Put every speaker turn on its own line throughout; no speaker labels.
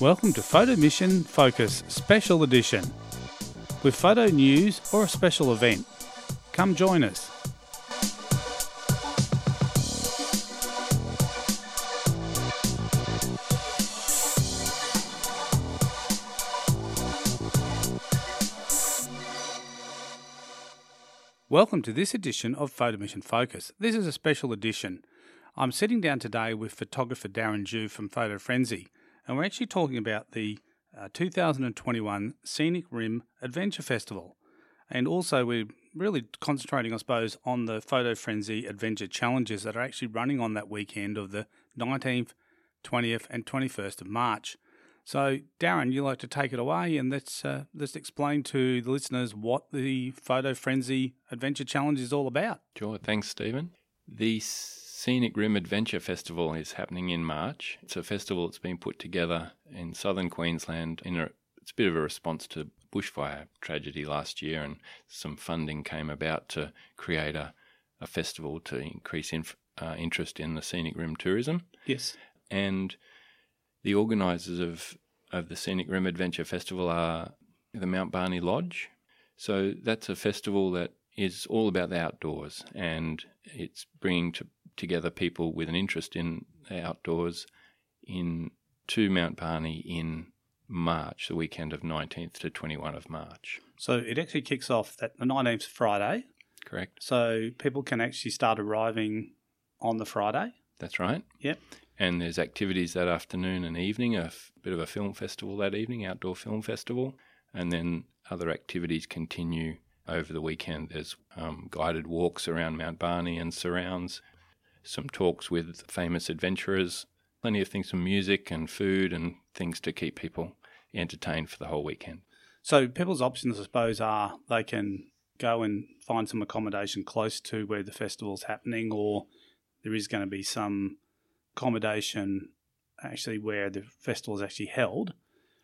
Welcome to Photo Mission Focus Special Edition. With photo news or a special event, come join us. Welcome to this edition of Photo Mission Focus. This is a special edition. I'm sitting down today with photographer Darren Jew from Photo Frenzy, and we're actually talking about the uh, 2021 Scenic Rim Adventure Festival. And also, we're really concentrating, I suppose, on the Photo Frenzy Adventure Challenges that are actually running on that weekend of the 19th, 20th, and 21st of March. So, Darren, you like to take it away and let's uh, let's explain to the listeners what the Photo Frenzy Adventure Challenge is all about.
Sure, thanks, Stephen. The Scenic Rim Adventure Festival is happening in March. It's a festival that's been put together in southern Queensland in a it's a bit of a response to bushfire tragedy last year, and some funding came about to create a, a festival to increase inf- uh, interest in the scenic rim tourism.
Yes.
And the organisers of, of the Scenic Rim Adventure Festival are the Mount Barney Lodge. So that's a festival that is all about the outdoors and it's bringing to, together people with an interest in the outdoors in to Mount Barney in March, the weekend of 19th to 21 of March.
So it actually kicks off that the 19th Friday,
Correct?
so people can actually start arriving on the Friday.
That's right.
Yep.
And there's activities that afternoon and evening, a f- bit of a film festival that evening, outdoor film festival. And then other activities continue over the weekend. There's um, guided walks around Mount Barney and surrounds, some talks with famous adventurers, plenty of things, some music and food and things to keep people entertained for the whole weekend.
So people's options, I suppose, are they can go and find some accommodation close to where the festival's happening, or there is going to be some accommodation actually where the festival is actually held,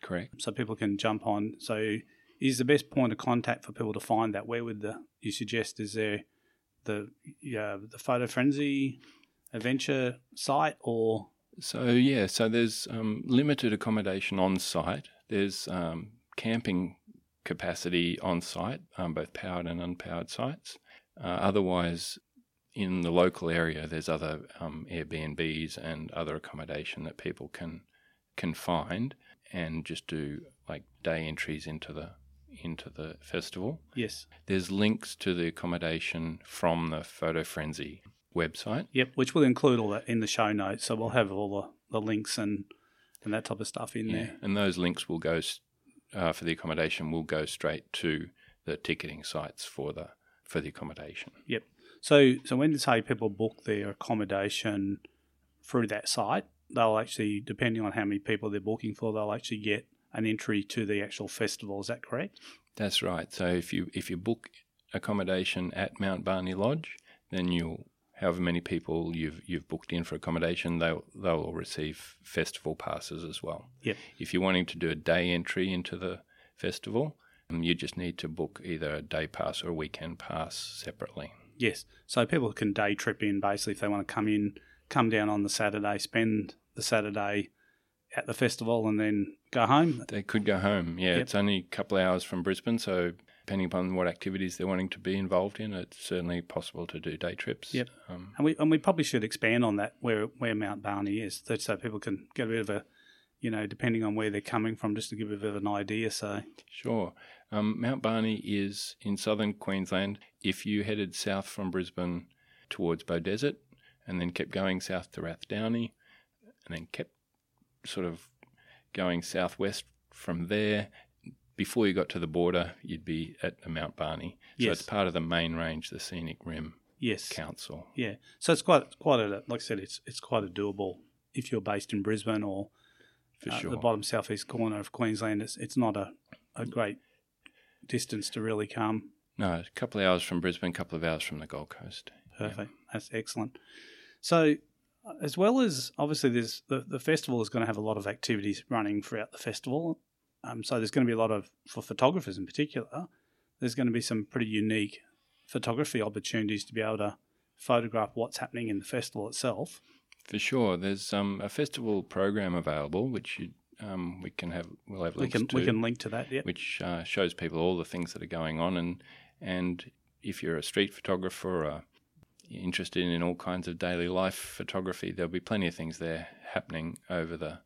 Correct.
so people can jump on. So is the best point of contact for people to find that? Where would the you suggest is there the yeah the photo frenzy adventure site or
So yeah, so there's um, limited accommodation on site. There's um, camping capacity on site, um, both powered and unpowered sites. Uh, otherwise, in the local area, there's other um, Airbnbs and other accommodation that people can can find and just do like day entries into the into the festival.
yes
There's links to the accommodation from the Photo Frenzy website.
Yep, which we'll include all that in the show notes. So we'll have all the, the links and, and that type of stuff in
Yeah,
there.
and those links will go s- uh, for the accommodation will go straight to the ticketing sites for the for the accommodation.
Yep. So so when say people book their accommodation through that site, they'll actually depending on how many people they're booking for, they'll actually get an entry to the actual festival. Is that correct?
That's right. So if you if you book accommodation at Mount Barney Lodge, then you'll however many people you've you've booked in for accommodation, they'll they'll all receive festival passes as well.
Yep.
If you're wanting to do a day entry into the festival, um, you just need to book either a day pass or a weekend pass separately.
Yes. So people can day trip in basically if they want to come in, come down on the Saturday, spend the Saturday at the festival and then go home.
They could go home. Yeah,
Yep.
it's only a couple of hours from Brisbane, so depending upon what activities they're wanting to be involved in, it's certainly possible to do day trips.
Yep.
Um,
And we and we probably should expand on that where where Mount Barney is, that- so people can get a bit of a, you know, depending on where they're coming from, just to give a bit of an idea. So
sure. Um, Mount Barney is in southern Queensland. If you headed south from Brisbane towards Bow Desert and then kept going south to Rathdowney and then kept sort of going southwest from there, before you got to the border, you'd be at Mount Barney. So
Yes.
it's part of the main range, the Scenic Rim
yes,
Council.
yeah. So it's quite quite a like I said, it's it's quite a doable if you're based in Brisbane or
For
uh,
sure.
the bottom southeast corner of Queensland. It's it's not a, a great distance to really come.
No, a couple of hours from Brisbane, a couple of hours from the Gold Coast.
Perfect. That's excellent. So, as well as obviously, there's the, the festival is going to have a lot of activities running throughout the festival. Um, so, there's going to be a lot of, for photographers in particular, there's going to be some pretty unique photography opportunities to be able to photograph what's happening in the festival itself.
For sure, there's um, a festival program available, which you um, we can have we'll have
We
links
can
to,
we can link to that. Yeah.
which uh, shows people all the things that are going on. And and if you're a street photographer, or interested in all kinds of daily life photography, there'll be plenty of things there happening over the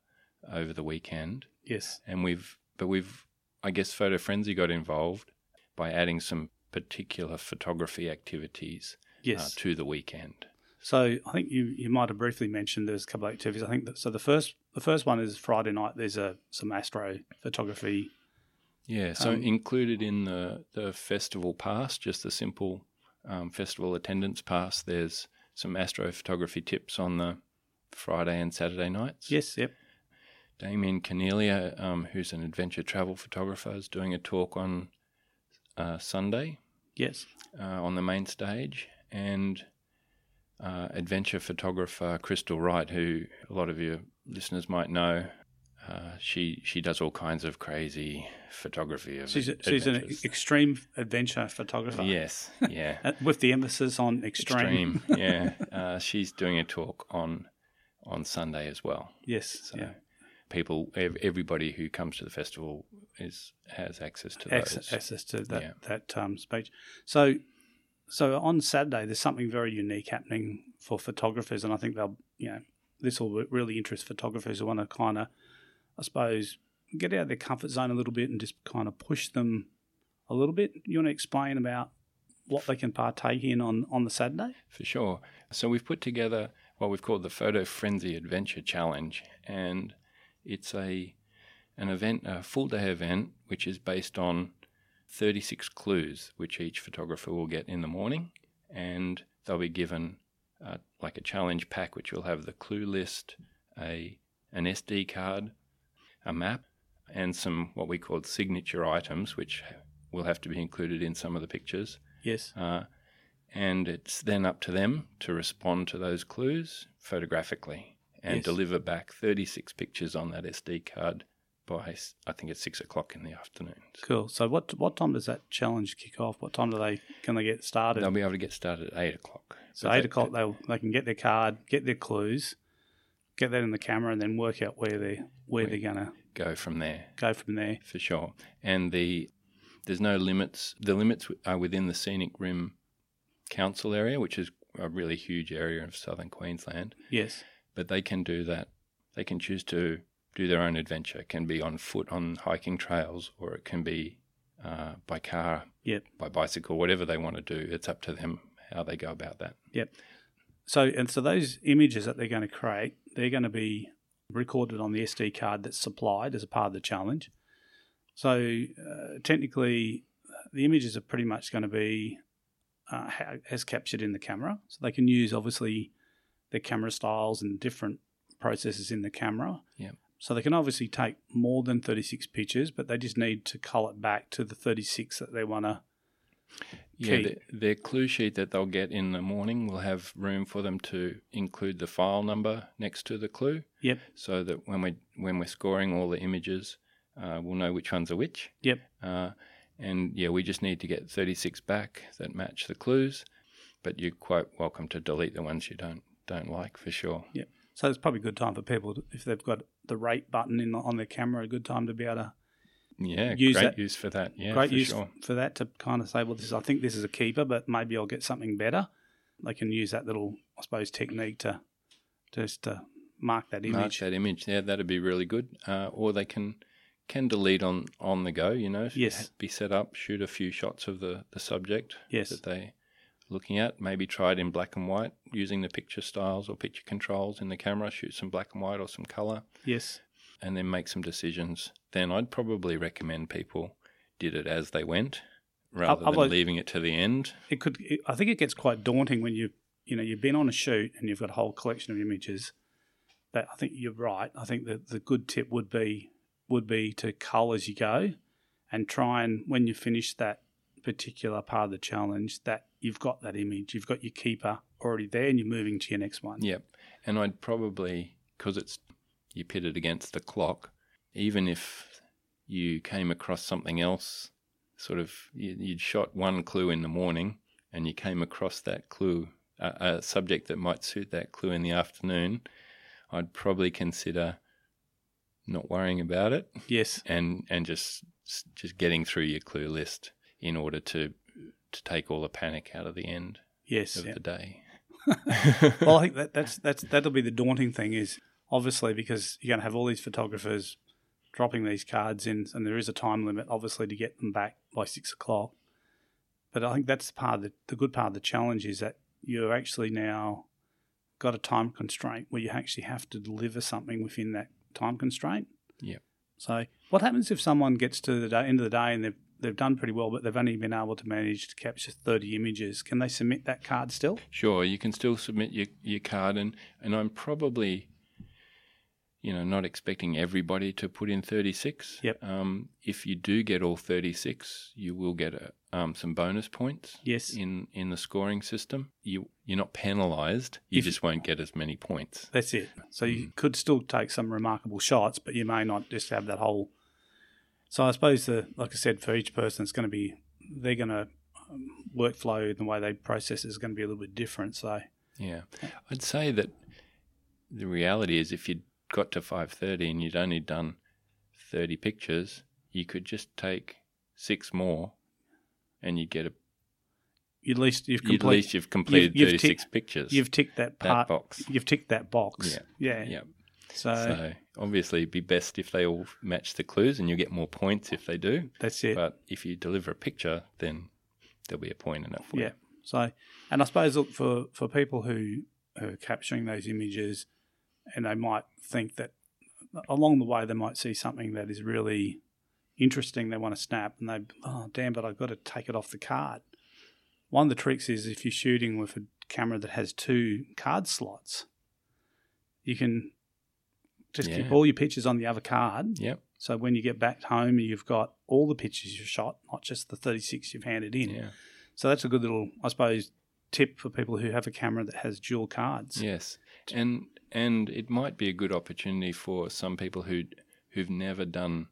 over the weekend.
Yes.
And we've but we've I guess Photo Frenzy got involved by adding some particular photography activities
Yes.
uh, to the weekend.
So I think you, you might have briefly mentioned there's a couple of activities. I think that, so. The first the first one is Friday night. There's a some astro photography.
Yeah, so
Um,
included in the, the festival pass, just the simple um, festival attendance pass, there's some astrophotography tips on the Friday and Saturday nights.
Yes. Yep.
Damien Cornelia, um, who's an adventure travel photographer, is doing a talk on uh, Sunday
Yes.
uh, on the main stage. And uh, adventure photographer Crystal Wright, who a lot of your listeners might know, uh, she she does all kinds of crazy photography of
She's a,
ad-
she's an
adventures.
extreme adventure photographer.
Yes, yeah.
Uh, With the emphasis on extreme.
Extreme, yeah. Uh, she's doing a talk on on Sunday as well.
Yes.
So
yeah.
people, ev- everybody who comes to the festival is has access to those.
Access, access to that
Yeah.
that um, speech. So, so on Saturday, there's something very unique happening for photographers, and I think they'll you know this will really interest photographers who want to kind of, I suppose, get out of their comfort zone a little bit and just kind of push them a little bit. You want to explain about what they can partake in on on the Saturday?
For sure. So we've put together what we've called the Photo Frenzy Adventure Challenge, and it's a an event, a full day event, which is based on 36 clues, which each photographer will get in the morning, and they'll be given uh, like a challenge pack, which will have the clue list, a an SD card, a map, and some what we call signature items, which will have to be included in some of the pictures.
Yes.
Uh, and it's then up to them to respond to those clues photographically and
Yes.
deliver back 36 pictures on that SD card by, s- I think it's six o'clock in the afternoon. So
Cool. So what what time does that challenge kick off? What time do they can they get started?
they'll be able to get started at eight o'clock.
So
But
eight
they-
o'clock, they they can get their card, get their clues, get that in the camera, and then work out where they where they're gonna
Go from there
go from there.
for sure. And the there's no limits. The limits w- are within the Scenic Rim Council area, which is a really huge area of southern Queensland.
Yes,
but they can do that. They can choose to do their own adventure. It can be on foot on hiking trails, or it can be uh, by car,
Yep.
by bicycle, whatever they want to do. It's up to them how they go about that.
yep. So and so those images that they're going to create, they're going to be recorded on the SD card that's supplied as a part of the challenge. So uh, technically, the images are pretty much going to be uh, ha- as captured in the camera. So they can use obviously their camera styles and different processes in the camera.
Yep.
So they can obviously take more than 36 pictures, but they just need to cull it back to the 36 that they want to.
Yeah,
Key.
the, their clue sheet that they'll get in the morning will have room for them to include the file number next to the clue,
Yep.
so that when we when we're scoring all the images, uh, we'll know which ones are which.
Yep.
Uh, and yeah, we just need to get 36 back that match the clues, but you're quite welcome to delete the ones you don't don't like for sure.
Yep. So it's probably a good time for people to, if they've got the rate button in the, on their camera, a good time to be able to
Yeah,
Use
great
that-
use for that. Yeah,
great
for
use
sure.
for that to kind of say, well, this I think this is a keeper, but maybe I'll get something better. They can use that little, I suppose, technique to just to mark that
Mark
image.
that image. Yeah, that'd be really good. Uh, or they can can delete on on the go. You know,
Yes.
be set up, shoot a few shots of the the subject
Yes.
that they looking at. Maybe try it in black and white using the picture styles or picture controls in the camera. Shoot some black and white or some color,
Yes.
and then make some decisions. Then I'd probably recommend people did it as they went rather than
otherwise-
leaving it to the end.
It could. It, I think it gets quite daunting when you you know you've been on a shoot and you've got a whole collection of images. But I think you're right. I think that the good tip would be would be to cull as you go, and try and when you finish that particular part of the challenge, that you've got that image, you've got your keeper already there, and you're moving to your next one.
Yep. And I'd probably, because it's you pitted against the clock, even if you came across something else, sort of you- you'd shot one clue in the morning and you came across that clue, a, a subject that might suit that clue in the afternoon, I'd probably consider not worrying about it,
Yes.
and and just just getting through your clue list in order to to take all the panic out of the end
Yes.
of
yeah.
the day.
well, I think that, that's that's that'll be the daunting thing is obviously because you're going to have all these photographers dropping these cards in, and there is a time limit obviously to get them back by six o'clock. But I think that's the part of the, the good part of the challenge is that you're actually now got a time constraint where you actually have to deliver something within that time constraint.
Yep.
So what happens if someone gets to the day, end of the day and they've they've done pretty well, but they've only been able to manage to capture thirty images? Can they submit that card still?
Sure, you can still submit your, your card, and, and I'm probably, you know, not expecting everybody to put in 36.
Yep.
Um, if you do get all 36, you will get a, um, some bonus points
Yes.
in, in the scoring system. You you're not penalised. You
If-
just won't get as many points.
That's it. So
Mm-hmm.
you could still take some remarkable shots, but you may not just have that whole. So I suppose the like I said, for each person, it's going to be they're going to um, workflow and the way they process is going to be a little bit different. So
Yeah, I'd say that the reality is if you got to 5:30 and you'd only done 30 pictures, you could just take six more, and you would get a
at least you've
at least
complete,
you've completed
you've
36 pictures.
you've ticked that
that
part.
box.
You've ticked that box. Yeah.
Yeah.
So,
So obviously, it'd be best if they all match the clues, and you'll get more points if they do.
that's it.
But if you deliver a picture, then there'll be a point enough for
Yeah. So, and I suppose look for for people who, who are capturing those images, and they might think that uh, along the way they might see something that is really interesting they want to snap, and they oh damn, but I've got to take it off the card. One of the tricks is if you're shooting with a camera that has two card slots, you can just keep
Yeah.
all your pictures on the other card.
you. Yep.
So when you get back home, you've got all the pictures you've shot, not just the 36 you've handed in.
Yeah.
So that's a good little, I suppose, tip for people who have a camera that has dual cards.
Yes. And and it might be a good opportunity for some people who who've never done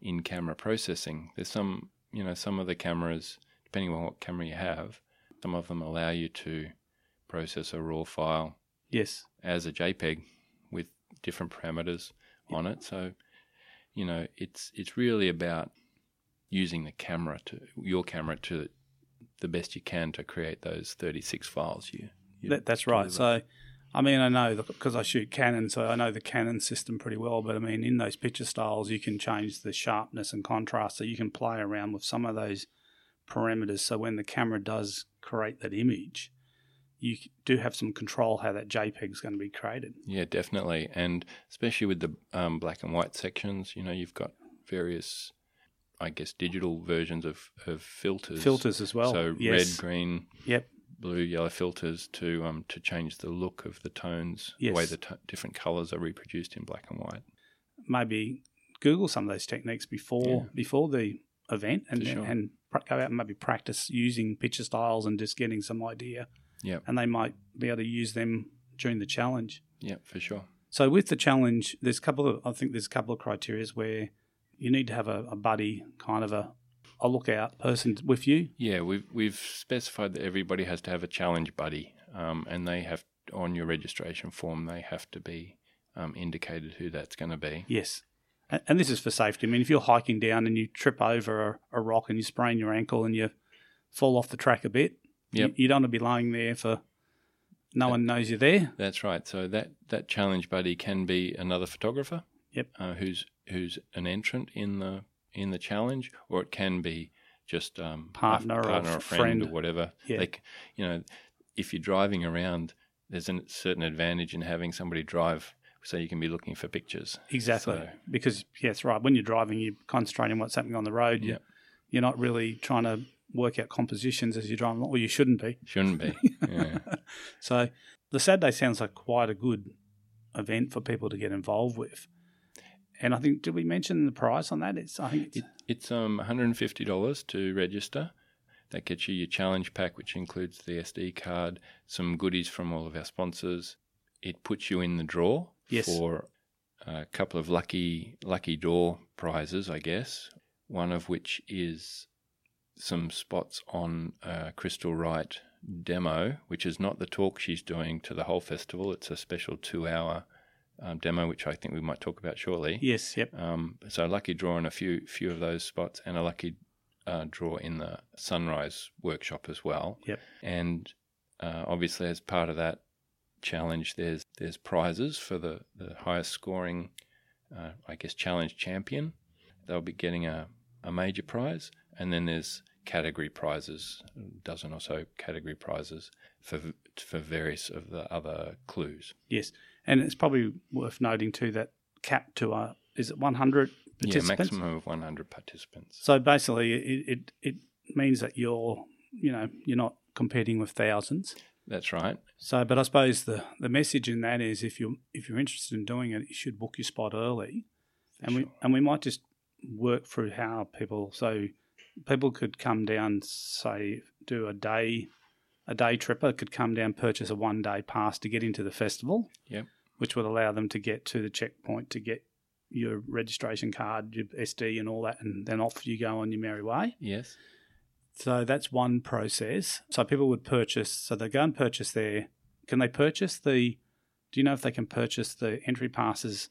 in camera processing. There's some you know some of the cameras, depending on what camera you have, some of them allow you to process a raw file
Yes.
as a JPEG with different parameters on it. So, you know, it's it's really about using the camera to your camera to the best you can to create those 36 files you. you
That, that's right. So, I mean, I know because I shoot Canon, so I know the Canon system pretty well. But I mean, in those picture styles, you can change the sharpness and contrast, so you can play around with some of those parameters. So when the camera does create that image, you c- do have some control how that JPEG is going to be created.
yeah, definitely, and especially with the um, black and white sections, you know, you've got various, I guess, digital versions of, of filters.
Filters as well.
so
yes.
red, green,
Yep.
blue yellow filters to um to change the look of the tones the way
Yes.
the t- different colors are reproduced in black and white
maybe Google some of those techniques before before the event and
For sure.
and pra- go out and maybe practice using picture styles and just getting some idea.
Yep.
And they might be able to use them during the challenge.
yeah for sure
So with the challenge, there's a couple of I think there's a couple of criteria where you need to have a, a buddy, kind of a a lookout person with you.
yeah we've we've specified that everybody has to have a challenge buddy um and they have on your registration form they have to be um, indicated who that's going to be
Yes. And, and this is for safety. I mean, if you're hiking down and you trip over a, a rock and you sprain your ankle and you fall off the track a bit, you-
Yep.
you, don't want to be lying there for no one knows you're there.
that's right so that that challenge buddy can be another photographer
Yep.
uh, who's who's an entrant in the in the challenge or it can be just um, a
Partner or
partner
f-
or friend,
friend.
or whatever
Yeah.
Like, you know, if you're driving around, there's a certain advantage in having somebody drive so you can be looking for pictures.
Exactly.
So-
Because, yes, right. When you're driving, you're concentrating on what's happening on the road. You-
Yep.
You're not really trying to work out compositions as you're driving, or you shouldn't be.
Shouldn't be. Yeah.
So the Saturday sounds like quite a good event for people to get involved with. And I think, did we mention the price on that? It's, I think it's,
it's um, $150 to register. That gets you your challenge pack, which includes the SD card, some goodies from all of our sponsors. It puts you in the draw
Yes.
for a couple of lucky lucky draw prizes, I guess. One of which is some spots on uh, Crystal Wright demo, which is not the talk she's doing to the whole festival. It's a special two hour um, demo, which I think we might talk about shortly.
Yes, yep.
Um, so a lucky draw in a few few of those spots, and a lucky uh, draw in the sunrise workshop as well.
Yep.
And uh, obviously, as part of that challenge, there's there's prizes for the the highest scoring, uh, I guess, challenge champion. They'll be getting a a major prize, and then there's category prizes, a dozen or so category prizes for for various of the other clues.
Yes, and it's probably worth noting too that cap to a is it 100
Yeah,
participants.
maximum of 100 participants.
So basically, it, it it means that you're you know you're not competing with thousands.
That's right.
So, but I suppose the the message in that is if you if you're interested in doing it, you should book your spot early, and we
Sure.
and we might just work through how people so people could come down say do a day a day tripper could come down purchase a one day pass to get into the festival
Yep.
which would allow them to get to the checkpoint to get your registration card your sd and all that and then off you go on your merry way
Yes.
so that's one process. So people would purchase. So they go and purchase their. Can they purchase the? Do you know if they can purchase the entry passes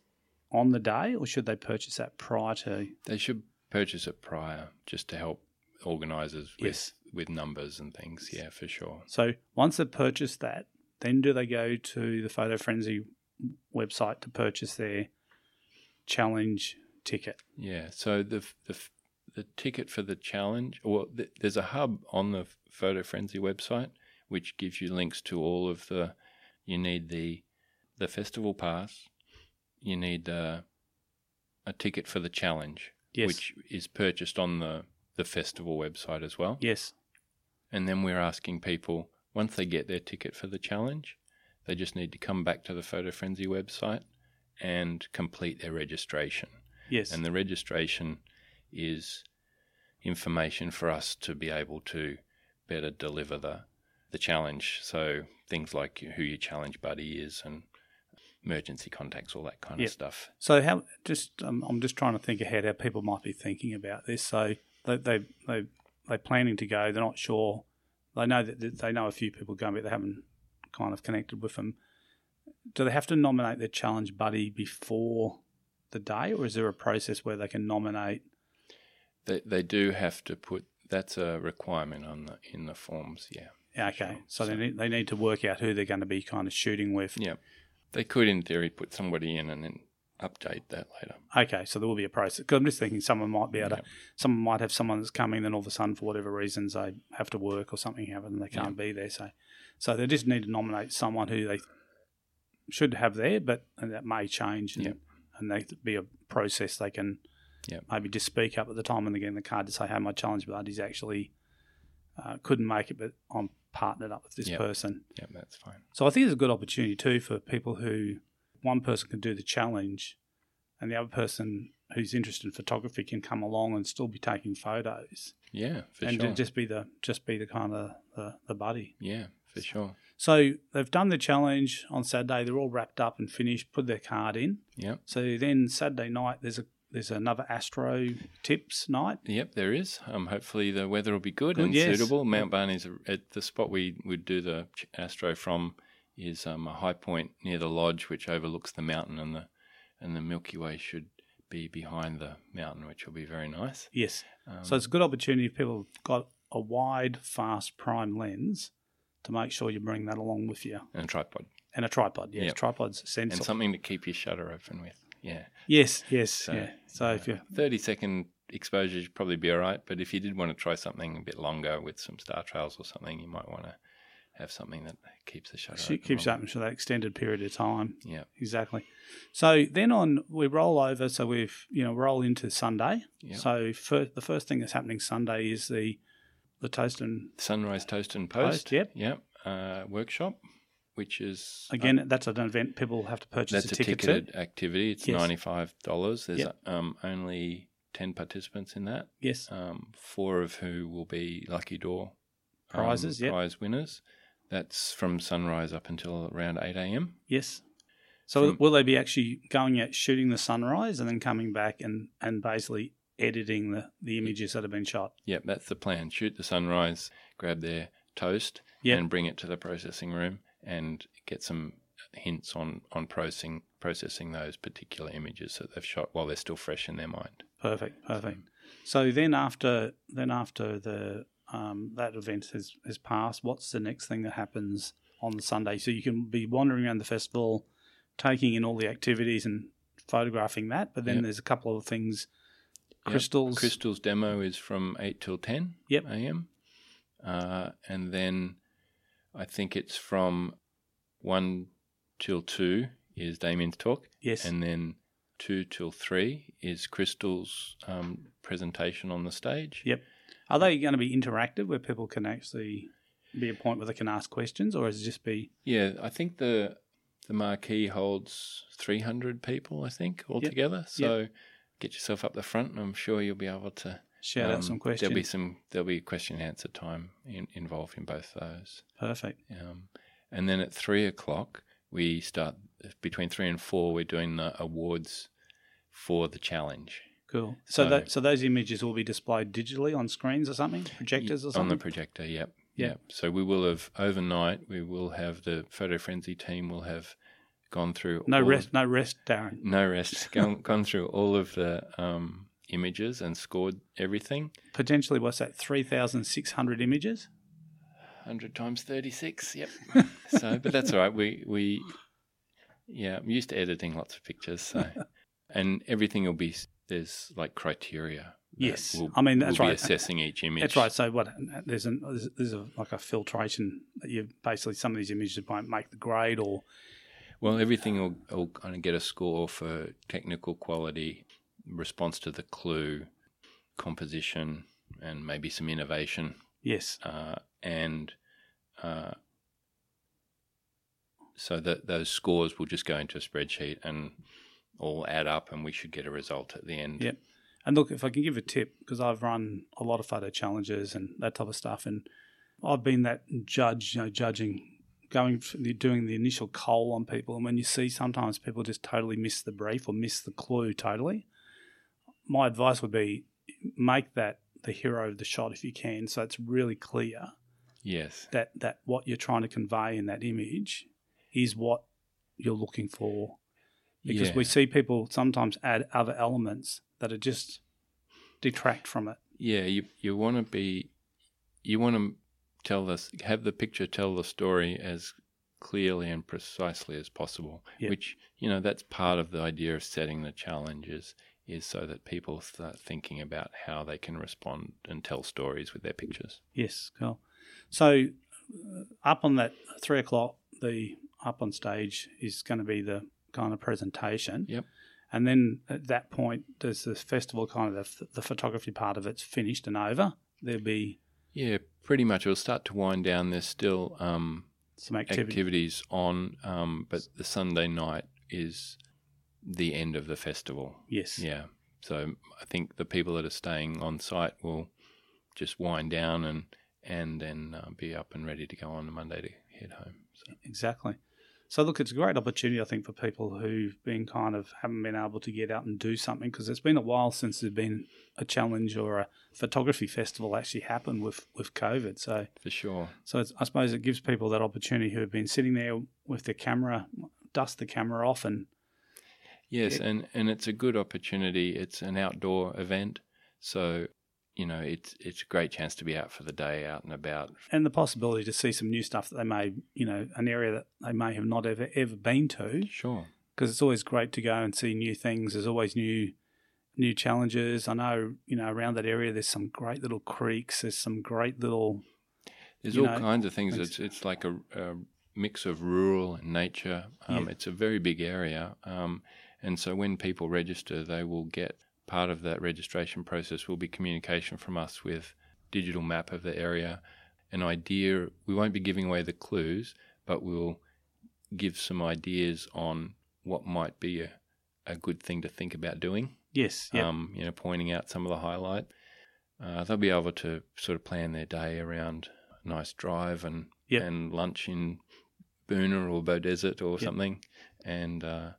on the day, or should they purchase that prior to?
They should purchase it prior just to help organisers with,
Yes.
with numbers and things. Yeah, for sure.
So once they've purchased that, then do they go to the Photo Frenzy website to purchase their challenge ticket?
Yeah. So the f- the f- the ticket for the challenge, well, th- there's a hub on the Photo Frenzy website which gives you links to all of the. You need the the festival pass. You need uh, a ticket for the challenge,
Yes.
which is purchased on the the festival website as well.
yes.
And then we're asking people once they get their ticket for the challenge, they just need to come back to the Photo Frenzy website and complete their registration.
Yes.
And the registration is information for us to be able to better deliver the the challenge. So things like who your challenge buddy is and emergency contacts, all that kind
Yep.
of stuff.
So how just um, I'm just trying to think ahead how people might be thinking about this. So they they they they're planning to go. They're not sure. They know that that they know a few people going, but they haven't kind of connected with them. Do they have to nominate their challenge buddy before the day, or is there a process where they can nominate?
They they do have to put that's a requirement on the in the forms. Yeah.
Yeah, Okay,
Sure.
so,
So-
they need, they need to work out who they're going to be kind of shooting with.
Yeah. They could, in theory, put somebody in and then update that later.
Okay, so there will be a process. 'Cause I'm just thinking someone might be able to, someone might have someone that's coming, then all of a sudden, for whatever reasons, they have to work or something happens and they
Yeah.
can't be there. So, so they just need to nominate someone who they should have there, but and that may change, and,
Yeah.
and they be a process they can
Yeah.
maybe just speak up at the time and again the card to say, "Hey, my challenge buddy's actually uh, couldn't make it, but I'm partnered up with this
Yeah.
person."
Yeah, that's fine.
So I think it's a good opportunity too for people who one person can do the challenge and the other person who's interested in photography can come along and still be taking photos
Yeah, for
and
sure.
just be the just be the kind of the, the buddy.
yeah, for sure.
So they've done the challenge on Saturday, they're all wrapped up and finished, put their card in.
Yeah.
So then Saturday night there's a there's another Astro tips night.
Yep, there is. Um, hopefully the weather will be good,
Good,
and
yes.
suitable. Mount Barney's a- at the spot we would do the ch- Astro from is um, a high point near the lodge, which overlooks the mountain, and the and the Milky Way should be behind the mountain, which will be very nice.
Yes.
Um,
So it's a good opportunity if people have got a wide, fast prime lens to make sure you bring that along with you.
and a tripod
and a tripod. Yes,
Yep.
tripods
and
sensor.
something to keep your shutter open with. Yeah.
yes, yes,
So, uh,
yeah. So if you
30 second exposure should probably be all right. But if you did want to try something a bit longer with some star trails or something, you might want to have something that keeps the shutter
she
open.
keeps
longer.
open for that extended period of time,
Yeah.
exactly. So then on, we roll over. So we've you know roll into Sunday.
Yep.
So fir- the first thing that's happening Sunday is the the toast and
Sunrise Toast and Post.
Post, yep.
Yep. Uh, workshop, which is
again that's an event people have to purchase
Uh, that's
a
a
ticket
ticketed
to.
activity. It's
Yes.
$95. There's
Yep.
um, only 10 participants in that,
Yes,
um, four of who will be lucky door um,
Prizes, yep.
prize winners. That's from sunrise up until around 8 a.m.
yes. So
From-
will they be actually going out shooting the sunrise and then coming back and and basically editing the the images that have been shot?
Yep, that's the plan. Shoot the sunrise, grab their toast,
Yep.
and bring it to the processing room and get some hints on on processing processing those particular images that they've shot while they're still fresh in their mind.
Perfect, perfect. So then after then after the um, that event has, has passed, what's the next thing that happens on Sunday? So you can be wandering around the festival, taking in all the activities and photographing that, but then
Yep.
there's a couple of things.
Yep.
Crystals.
Crystal's demo is from eight till ten
Yep.
a.m. Uh, and then I think it's from one till two is Damien's talk,
yes.
and then two till three is Crystal's um, presentation on the stage.
Yep. Are they going to be interactive where people can actually be a point where they can ask questions, or is it just be
Yeah, I think the the marquee holds 300 people, I think, altogether. So get yourself up the front, and I'm sure you'll be able to
shout
um,
out some questions?
There'll be some there'll be question and answer time in, involved in both those.
Perfect.
Um, and then at three o'clock, we start between three and four. We're doing the awards for the challenge
Cool. So
So-
that so those images will be displayed digitally on screens or something, projectors or
on the
something.
projector. Yep,
Yeah.
So we will have overnight. We will have the photo frenzy team will have gone through
no
all of-
rest, no rest, Darren.
no rest. gone, gone through all of the um, images and scored everything.
Potentially, what's that? Three thousand six hundred images.
100 times 36 yep so but that's all right we we yeah i'm used to editing lots of pictures so and everything will be there's like criteria that
Yes. I mean, that's
we'll be
right.
assessing each image
That's right. So what? There's an there's- there's a, like a filtration. That you basically some of these images might make the grade, or
well everything will, will kind of get a score for technical quality response to the clue composition and maybe some innovation
yes,
uh, and uh, so that those scores will just go into a spreadsheet and all add up, and we should get a result at the end.
Yeah. And look, if I can give a tip, because I've run a lot of photo challenges and that type of stuff, and I've been that judge, you know, judging, going f- doing the initial coal on people, and when you see sometimes people just totally miss the brief or miss the clue totally, my advice would be make that the hero of the shot if you can, so it's really clear
Yes.
that that what you're trying to convey in that image is what you're looking for because
yeah.
we see people sometimes add other elements that are just detract from it.
yeah you you want to be you want to tell this have the picture tell the story as clearly and precisely as possible
Yeah.
which you know that's part of the idea of setting the challenges is so that people start thinking about how they can respond and tell stories with their pictures
Yes, cool. So uh, up on that three o'clock, the up on stage is going to be the kind of presentation.
Yep.
And then at that point, there's the festival kind of the, the photography part of it's finished and over. There'll be
Yeah, pretty much. It'll start to wind down. There's still um,
some activity.
activities on, um, but the Sunday night is the end of the festival.
Yes.
Yeah. So I think the people that are staying on site will just wind down and and then uh, be up and ready to go on Monday to head home. So,
Exactly. So look, it's a great opportunity, I think, for people who've been kind of haven't been able to get out and do something because it's been a while since there's been a challenge or a photography festival actually happened with with COVID. So
for sure.
so it's, I suppose it gives people that opportunity who have been sitting there with their camera, dust the camera off, and
Yes,
It-
and and it's a good opportunity. It's an outdoor event, so you know it's it's a great chance to be out for the day, out and about.
and the possibility to see some new stuff that they may you know an area that they may have not ever ever been to.
Sure.
because it's always great to go and see new things. There's always new new challenges. I know you know around that area there's some great little creeks. There's some great little
There's
you
all
know,
kinds of things.
thanks.
It's it's like a, a mix of rural and nature. Um,
Yeah.
It's a very big area, um, and so when people register, they will get part of that registration process will be communication from us with digital map of the area, an idea. We won't be giving away the clues, but we'll give some ideas on what might be a, a good thing to think about doing
yes, yeah,
um, you know, pointing out some of the highlight. Uh, they'll be able to sort of plan their day around a nice drive and
Yep.
and lunch in Boona or Bow Desert or
Yep.
something, and uh,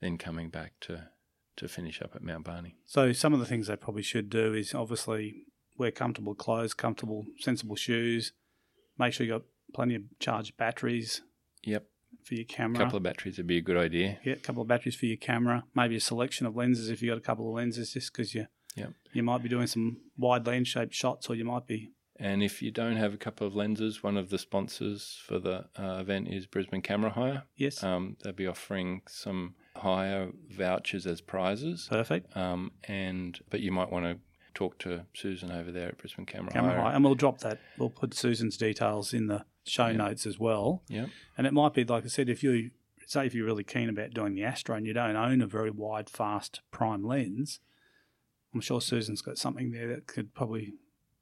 then coming back to to finish up at Mount Barney.
So some of the things they probably should do is obviously wear comfortable clothes, comfortable sensible shoes. Make sure you got plenty of charged batteries.
Yep.
for your
A
camera.
couple of batteries would be a good idea.
yeah, a couple of batteries for your camera. Maybe a selection of lenses if you have got a couple of lenses, just because you
Yep.
you might be doing some wide lens shaped shots, or you might be
And if you don't have a couple of lenses, one of the sponsors for the uh, event is Brisbane Camera Hire.
yes,
Um, they'll be offering some hire vouchers as prizes.
perfect
Um, and but you might want to talk to Susan over there at Brisbane Camera,
camera
Hire.
high. And we'll drop that. We'll put Susan's details in the show notes as well.
Yep.
And it might be like I said, if you say if you're really keen about doing the Astro and you don't own a very wide, fast prime lens, I'm sure Susan's got something there that could probably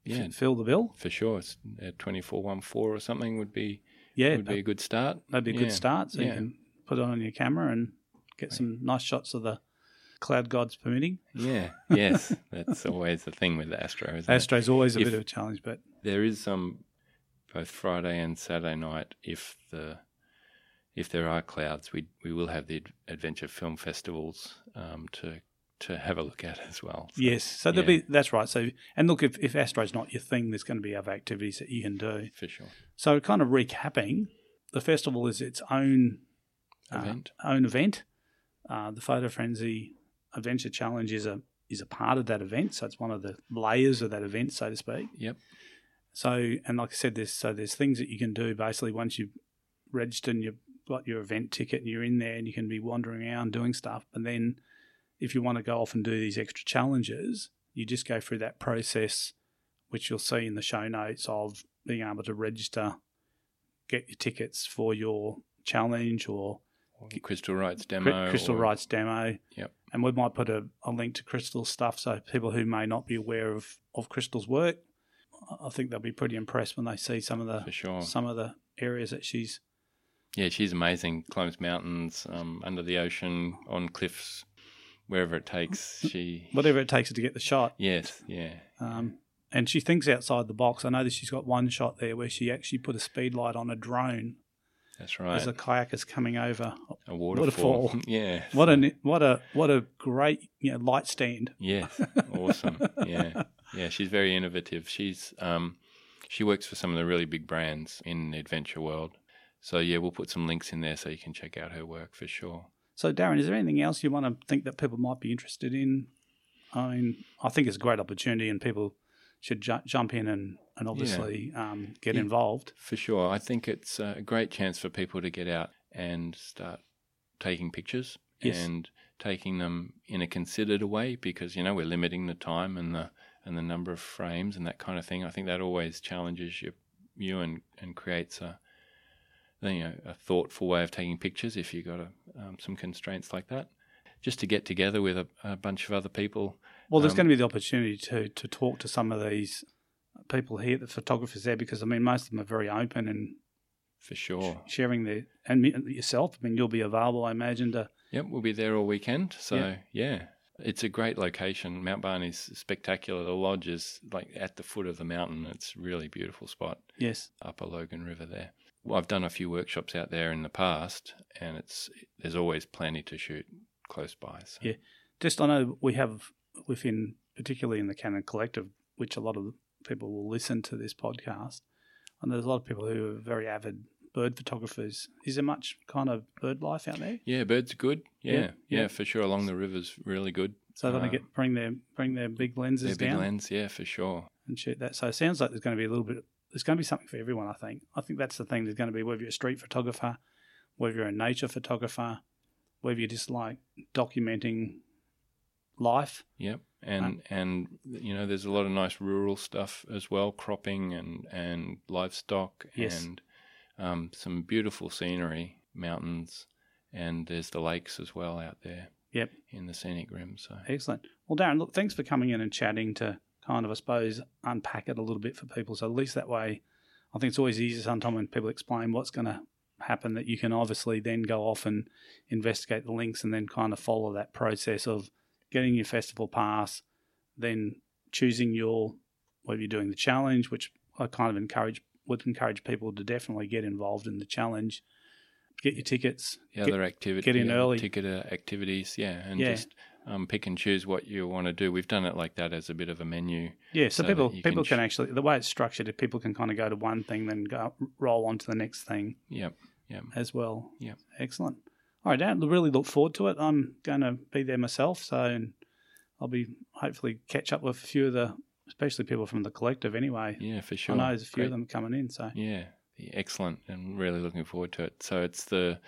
f-
Yeah,
fill the bill.
for sure. It's uh, twenty four one four or something would be
Yeah,
would be a good start.
that'd be a
Yeah.
good start. So you
Yeah.
can put it on your camera and get some nice shots of the cloud gods permitting.
Yeah, yes, that's always the thing with Astro. Isn't it?
Astro's always a
If-
bit of a challenge, but
there is some both Friday and Saturday night. If the if there are clouds, we we will have the ad- adventure film festivals um, to to have a look at as well. So,
yes, so there'll
yeah.
be that's right. So and look, if if Astro's not your thing, there's going to be other activities that you can do.
for sure.
So kind of recapping, the festival is its own uh,
Event.
own event. Uh, the Photo Frenzy Adventure Challenge is a is a part of that event, so it's one of the layers of that event, so to speak.
Yep.
So, and like I said, there's so there's things that you can do basically once you register and you've got your event ticket and you're in there and you can be wandering around doing stuff. And then if you want to go off and do these extra challenges, you just go through that process, which you'll see in the show notes of being able to register, get your tickets for your challenge or
Or Crystal Rights
Cri-
demo.
Crystal
or-
Rights demo.
Yep.
And we might put a, a link to Crystal's stuff so people who may not be aware of, of Crystal's work, I- I think they'll be pretty impressed when they see some of
For
the
sure.
some of the areas that she's
Yeah, she's amazing. Climbs mountains, um, under the ocean, on cliffs, wherever it takes.
Mm.
She.
whatever it takes to get the shot.
Yes. Yeah.
Um, and she thinks outside the box. I know that she's got one shot there where she actually put a speed light on a drone
That's right.
as a kayaker's coming over.
a waterfall.
waterfall.
yeah.
What a what a what a great you know, light stand.
Yes, awesome. yeah, yeah. She's very innovative. She's um, she works for some of the really big brands in the adventure world. So yeah, we'll put some links in there so you can check out her work for sure.
So, Darren, is there anything else you want to think that people might be interested in? I mean, I think it's a great opportunity, and people should ju- jump in and and obviously um, get
Yeah.
involved.
For sure, I think it's a great chance for people to get out and start taking pictures
Yes.
and taking them in a considered way because you know we're limiting the time and the and the number of frames and that kind of thing. I think that always challenges you, you and and creates a you know a thoughtful way of taking pictures if you've got a, um, some constraints like that. Just to get together with a, a bunch of other people.
Well, there's
Um,
going to be the opportunity to to talk to some of these people here, the photographers there, because I mean, most of them are very open and
For sure.
sharing their and me- yourself. I mean, you'll be available, I imagine. To
Yep, we'll be there all weekend. So
Yeah.
yeah. It's a great location. Mount Barney's spectacular. The lodge is like at the foot of the mountain. It's a really beautiful spot
yes,
upper Logan River there. Well, I've done a few workshops out there in the past and it's there's always plenty to shoot close by. So
Yeah. just I know we have within, particularly in the Canon Collective, which a lot of people will listen to this podcast, and there's a lot of people who are very avid bird photographers. Is there much kind of bird life out there?
Yeah, birds are good. Yeah.
Yeah,
Yeah,
yeah.
for sure. Along the river's really good.
So they're
Uh,
going to get bring their bring their big
Their
lenses
big
down
lens, yeah, for sure.
and shoot that. So it sounds like there's going to be a little bit. There's going to be something for everyone. I think. I think that's the thing. There's going to be whether you're a street photographer, whether you're a nature photographer, whether you just like documenting life.
Yep. And and you know, there's a lot of nice rural stuff as well, cropping and and livestock
Yes.
and um, some beautiful scenery, mountains, and there's the lakes as well out there.
Yep.
In the scenic rim. So
Excellent. Well, Darren, look, thanks for coming in and chatting to kind of, I suppose, unpack it a little bit for people. So at least that way, I think it's always easier sometimes when people explain what's going to happen that you can obviously then go off and investigate the links and then kind of follow that process of getting your festival pass, then choosing your whether you're doing the challenge, which I kind of encourage would encourage people to definitely get involved in the challenge, get your tickets.
the
Get-
other activity
get in
yeah,
early.
ticketer uh, activities, yeah, and
Yeah.
just um, pick and choose what you want to do. We've done it like that as a bit of a menu.
Yeah, so,
so that
people
you can
people can
ch-
actually the way it's structured, if people can kind of go to one thing, then go roll on to the next thing,
Yep. Yeah.
as well.
Yeah.
Excellent. All right, Dan, really look forward to it. I'm going to be there myself, so and I'll be hopefully catch up with a few of the, especially people from the collective anyway.
Yeah, for sure.
I know there's a few
Great.
of them coming in, so
Yeah, yeah, excellent, and really looking forward to it. So it's the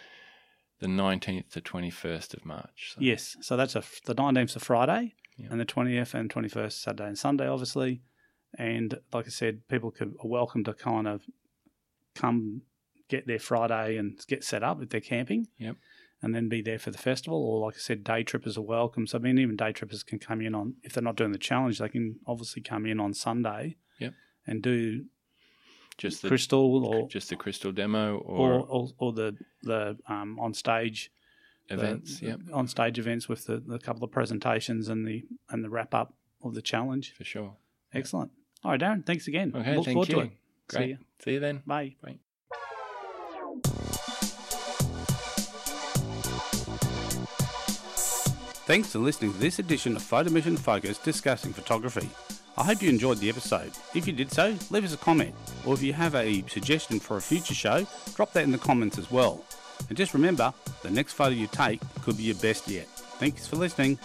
the nineteenth to twenty first of March. So.
yes. So that's a, the 19th of Friday
Yeah.
and the 20th and 21st Saturday and Sunday, obviously. And like I said, people could, are welcome to kind of come get there Friday and get set up if they're camping.
Yep.
And then be there for the festival, or like I said, day trippers are welcome. So I mean, even day trippers can come in on if they're not doing the challenge, they can obviously come in on Sunday.
Yep.
And do
just the
crystal or
just the crystal demo
or,
or,
or or the the um, on stage
events.
the,
yep,
on stage events with the, the couple of presentations and the and the wrap up of the challenge.
for sure.
Excellent. All right, Darren. Thanks again.
Okay,
Look
thank
forward
you.
to it.
Great.
See you.
See you then.
Bye. Thanks for listening to this edition of Photo Mission Focus discussing photography. I hope you enjoyed the episode. If you did so, leave us a comment, or if you have a suggestion for a future show, drop that in the comments as well. And just remember, the next photo you take could be your best yet. Thanks for listening.